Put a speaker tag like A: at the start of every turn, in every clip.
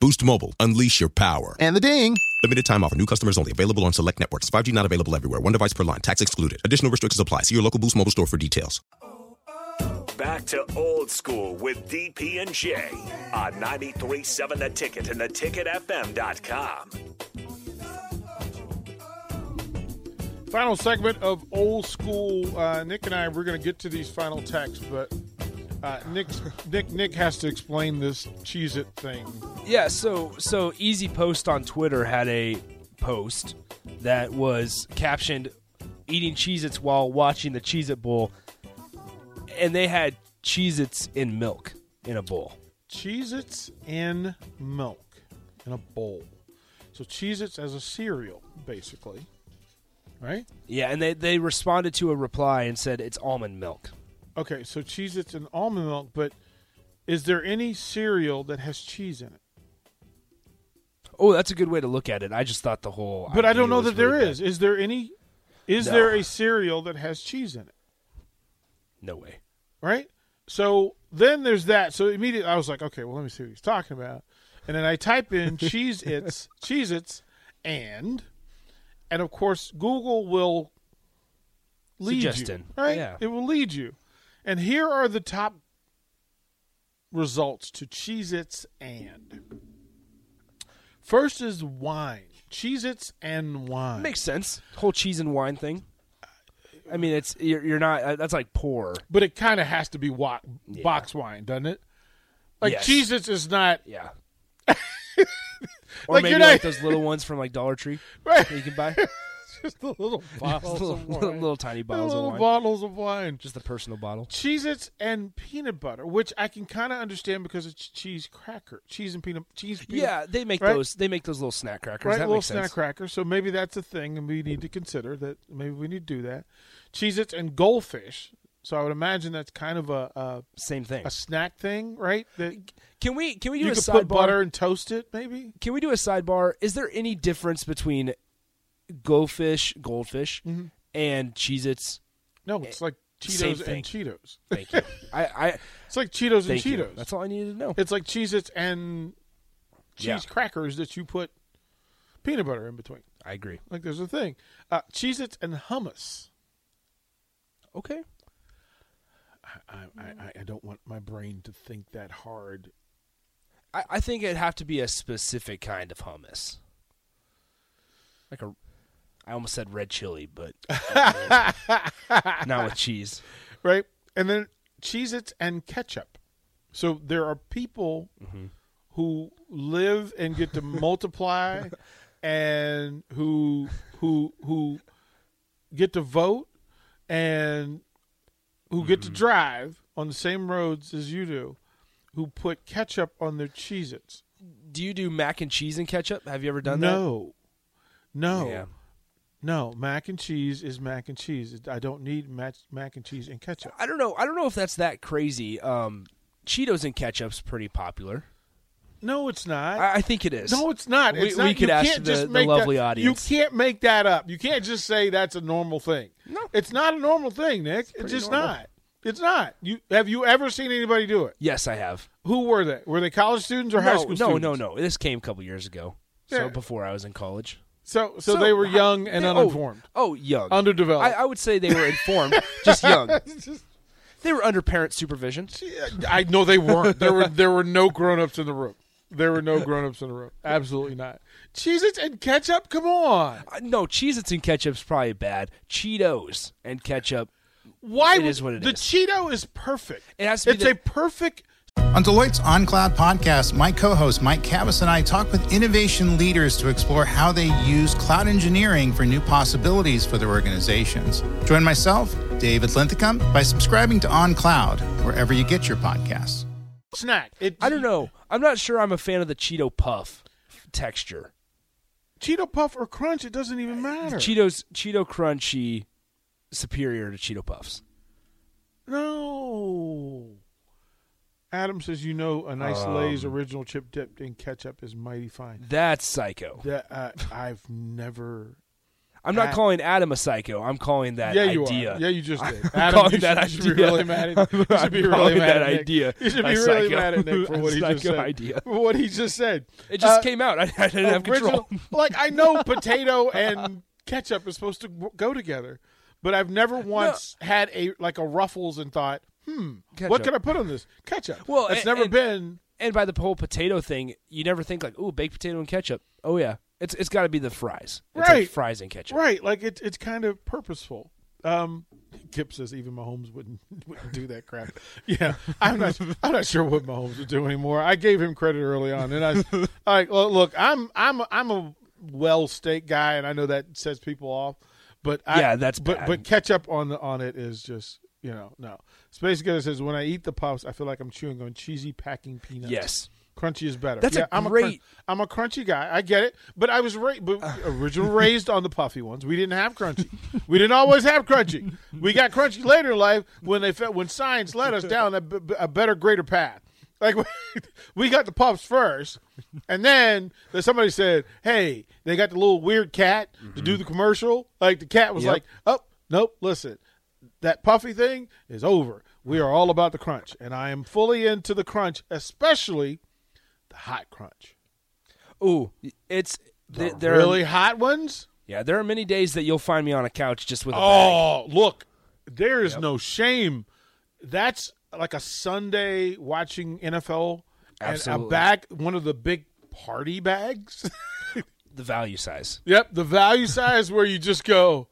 A: Boost Mobile, unleash your power.
B: And the ding.
A: Limited time offer, new customers only, available on select networks. 5G not available everywhere, one device per line, tax excluded. Additional restrictions apply. See your local Boost Mobile store for details.
C: Back to old school with DP and J on 93.7 The Ticket and theticketfm.com.
D: Final segment of old school. Uh, Nick and I, we're going to get to these final texts, but uh, Nick's, Nick Nick has to explain this Cheez It thing.
E: Yeah, so so Easy Post on Twitter had a post that was captioned eating Cheez Its while watching the Cheez It Bowl and they had Cheez Its in milk in a bowl.
D: Cheez Its in milk in a bowl. So Cheez Its as a cereal, basically. Right?
E: Yeah, and they, they responded to a reply and said it's almond milk.
D: Okay, so Cheez Its and almond milk, but is there any cereal that has cheese in it?
E: Oh, that's a good way to look at it. I just thought the whole
D: But I don't
E: idea
D: know
E: was
D: that there
E: really
D: is. Is there any is
E: No.
D: there a cereal that has cheese in it?
E: bad. No way.
D: right? So then there's that. So immediately I was like, okay, well let me see what he's talking about. And then I type in cheese its cheese its and and of course Google will lead
E: Suggestion.
D: you. Right?
E: Yeah.
D: It will lead you. And here are the top results to Cheez Its and. First is wine. Cheez Its and wine.
E: Makes sense. Whole cheese and wine thing. I mean, it's you're, you're not. That's like poor.
D: but it kind of has to be wa- box wine, doesn't it? Like
E: Yes.
D: Cheez Its is not
E: Yeah. or
D: Like,
E: maybe
D: you're not-
E: like those little ones from like Dollar Tree
D: right.
E: that you can buy.
D: just the little bottles
E: little,
D: of wine.
E: little, little tiny
D: The
E: bottles
D: little
E: of wine.
D: bottles of wine. Just
E: Just the personal bottle.
D: Cheez-Its and peanut butter, which I can kind of understand because it's cheese cracker, cheese and peanut cheese. Peanut,
E: Yeah, they make
D: right?
E: those. They make those little snack crackers.
D: Right,
E: that
D: little
E: makes
D: snack
E: sense.
D: cracker. So maybe that's a thing, and we need to consider that. Maybe we need to do that. Cheez-Its and goldfish. So I would imagine that's kind of a a,
E: Same thing.
D: a snack thing, right? That
E: Can we? Can we do
D: you
E: a
D: could
E: sidebar?
D: put butter and toast it, maybe.
E: Can we do a sidebar? Is there any difference between goldfish, goldfish,
D: Mm-hmm.
E: and Cheez-Its?
D: No, it's like
E: Eh, Same
D: Cheetos
E: thing.
D: and Cheetos.
E: Thank you. I, I
D: It's like Cheetos and
E: thank you.
D: Cheetos.
E: That's all I needed to know.
D: It's like Cheez Its and cheese
E: Yeah.
D: crackers that you put peanut butter in between.
E: I agree.
D: Like there's a thing. Uh, Cheez Its and hummus.
E: Okay.
D: I, I, I- I don't want my brain to think that hard.
E: I, I think it'd have to be a specific kind of hummus. Like a, I almost said red chili, but not with cheese.
D: Right? And then Cheez Its and ketchup. So there are people who live and get to multiply and who who who get to vote and who get to drive on the same roads as you do, who put ketchup on their Cheez Its.
E: Do you do mac and cheese and ketchup? Have you ever done
D: No.
E: that?
D: No.
E: Yeah.
D: No. Mac and cheese is mac and cheese. It- I don't need mac, mac and cheese and ketchup.
E: I don't know. I don't know if that's that crazy. Um, Cheetos and ketchup's pretty popular.
D: No, it's not.
E: I, I think it is.
D: no, it's not.
E: We-
D: It's
E: we
D: not.
E: could
D: you
E: ask
D: can't
E: the-
D: just
E: the
D: make
E: lovely
D: that,
E: audience.
D: You can't make that up. You can't just say that's a normal thing.
E: No.
D: It's not a normal thing, Nick. It's, just not. It's not. You have you ever seen anybody do it?
E: Yes, I have.
D: Who were they? Were they college students or high
E: no,
D: school
E: no,
D: students?
E: no, no. This came a couple years ago.
D: Yeah.
E: So before I was in college.
D: So, so, they were
E: how-
D: young and
E: they- oh,
D: uninformed.
E: Oh, young,
D: Underdeveloped.
E: I, I would say they were informed, just young. They were under parent supervision.
D: I know they weren't. There were there were no grown ups in the room. There were no grown ups in the room. Absolutely not. Cheez Its and ketchup? Come on.
E: Uh, No, Cheez Its and ketchup's probably bad. Cheetos and ketchup.
D: Why
E: It
D: would-
E: is what it
D: the
E: is.
D: Cheeto is perfect.
E: It has to be
D: it's
E: the-
D: a perfect
F: On Deloitte's OnCloud podcast, my co host Mike Cavus and I talk with innovation leaders to explore how they use cloud engineering for new possibilities for their organizations. Join myself, David Linthicum, by subscribing to OnCloud, wherever you get your podcasts.
D: snack. It,
E: I don't know. I'm not sure I'm a fan of the Cheeto puff texture.
D: Cheeto puff or crunch. It doesn't even
E: Uh,
D: matter.
E: Cheetos Cheeto crunchy superior to Cheeto puffs.
D: Adam says, you know, a nice Lay's original chip dipped in ketchup is mighty fine.
E: That's psycho.
D: That uh, I've never.
E: I'm not
D: Ad-
E: calling Adam a psycho. I'm calling that
D: Yeah, you
E: idea.
D: are. Yeah, you just did.
E: calling
D: Adam, you
E: that
D: should, you should be
E: idea.
D: really mad at. You
E: I'm
D: should be
E: calling
D: really mad
E: that
D: at Nick.
E: idea
D: You should
E: a
D: be really
E: psycho-
D: mad at Nick for
E: a
D: what he just
E: psycho
D: said.
E: idea.
D: For what he just said.
E: It just
D: Uh,
E: came out. I, I didn't have control.
D: original- like I know potato and ketchup is supposed to w- go together, but I've never once had a like a Ruffles and thought, hmm,
E: Ketchup.
D: what could I put on this ketchup?
E: Well,
D: it's
E: and-
D: never
E: and-
D: been.
E: And by the whole potato thing, you never think like, "Ooh, baked potato and ketchup." Oh yeah, it's it's got to be the fries. It's like
D: Right.
E: fries and ketchup.
D: Right, like it's it's kind of purposeful. Um, Kip says even Mahomes wouldn't wouldn't do that crap. Yeah, I'm not I'm not sure what Mahomes would do anymore. I gave him credit early on, and I was like, well, look, I'm I'm I'm a well steak guy, and I know that sets people off, but I,
E: Yeah, that's
D: but
E: bad.
D: but ketchup on the on it is just you know no. Space Guy says when I eat the puffs, I feel like I'm chewing on cheesy packing peanuts.
E: Yes.
D: Crunchy is better.
E: That's a
D: yeah, I'm A crun-
E: great-
D: I'm a crunchy guy. I get it, but I was ra- but original raised on the puffy ones. We didn't have crunchy. We didn't always have crunchy. We got crunchy later in life when they fe- when science led us down a, b- b- a better, greater path. Like we got the puffs first, and then that somebody said, "Hey, they got the little weird cat to do the commercial." Like the cat was
E: Yep.
D: like, "Oh, nope, listen, that puffy thing is over. We are all about the crunch, and I am fully into the crunch, especially the hot crunch."
E: Ooh, it's th- there are-
D: really hot ones.
E: yeah. There are many days that you'll find me on a couch just with a bag.
D: Oh, look, there is no shame. That's like a Sunday watching NFL and
E: Absolutely.
D: a bag, one of the big party bags.
E: the value size.
D: yep, the value size where you just go,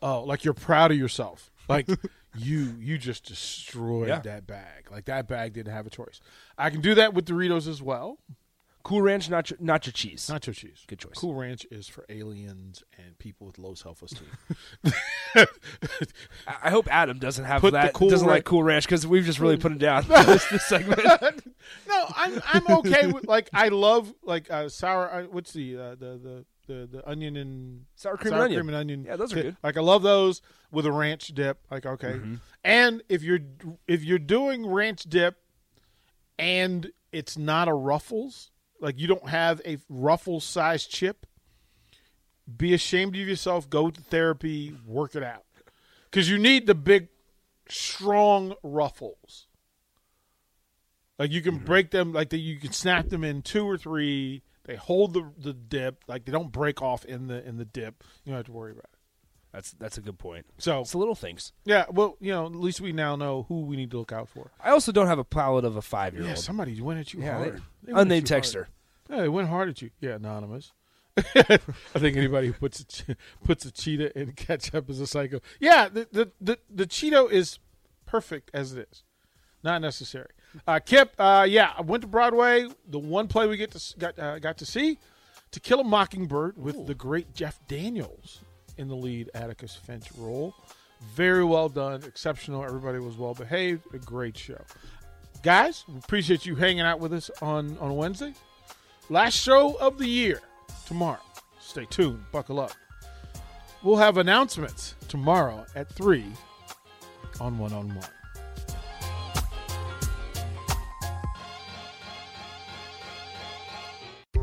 D: oh, like you're proud of yourself, like. You you just destroyed
E: Yeah.
D: that bag. Like that bag didn't have a choice. I can do that with Doritos as well.
E: Cool Ranch nacho, nacho cheese.
D: Nacho cheese.
E: Good choice.
D: Cool Ranch is for aliens and people with low self esteem.
E: I I hope Adam doesn't have
D: Put the
E: that.
D: Cool
E: doesn't
D: Ran-
E: like Cool Ranch because we've just really put him down this, this segment.
D: No, I'm I'm okay with like I love like uh, sour. Uh, what's the, uh, the the the the onion and
E: Sour cream and
D: sour
E: onion.
D: cream and onion.
E: Yeah, those are
D: dip.
E: good.
D: Like I love those with a ranch dip. Like okay, and if you're if you're doing ranch dip, and it's not a Ruffles, like you don't have a Ruffles size chip, be ashamed of yourself. Go to therapy, work it out, because you need the big, strong Ruffles. Like you can break them, like that you can snap them in two or three. They hold the the dip, like they don't break off in the in the dip. You don't have to worry about it.
E: That's that's a good point.
D: So
E: It's the little things.
D: yeah, well, you know, at least we now know who we need to look out for.
E: I also don't have a palate of a five year
D: Yeah,
E: old.
D: somebody went at you
E: Yeah,
D: hard.
E: they,
D: They went at
E: unnamed
D: you hard.
E: texter.
D: Yeah, they went hard at you. Yeah, anonymous. I think anybody who puts a che- puts a cheetah in ketchup is a psycho. Yeah, the the the, the Cheeto is perfect as it is, not necessary. Uh, Kip, uh, yeah, I went to Broadway. The one play we get to s- got uh, got to see, To Kill a Mockingbird, with the great Jeff Daniels in the lead Atticus Finch role. Very well done, exceptional. Everybody was well behaved. A great show, guys. we Appreciate you hanging out with us on on Wednesday. Last show of the year tomorrow. Stay tuned. Buckle up. We'll have announcements tomorrow at 3 on One on One.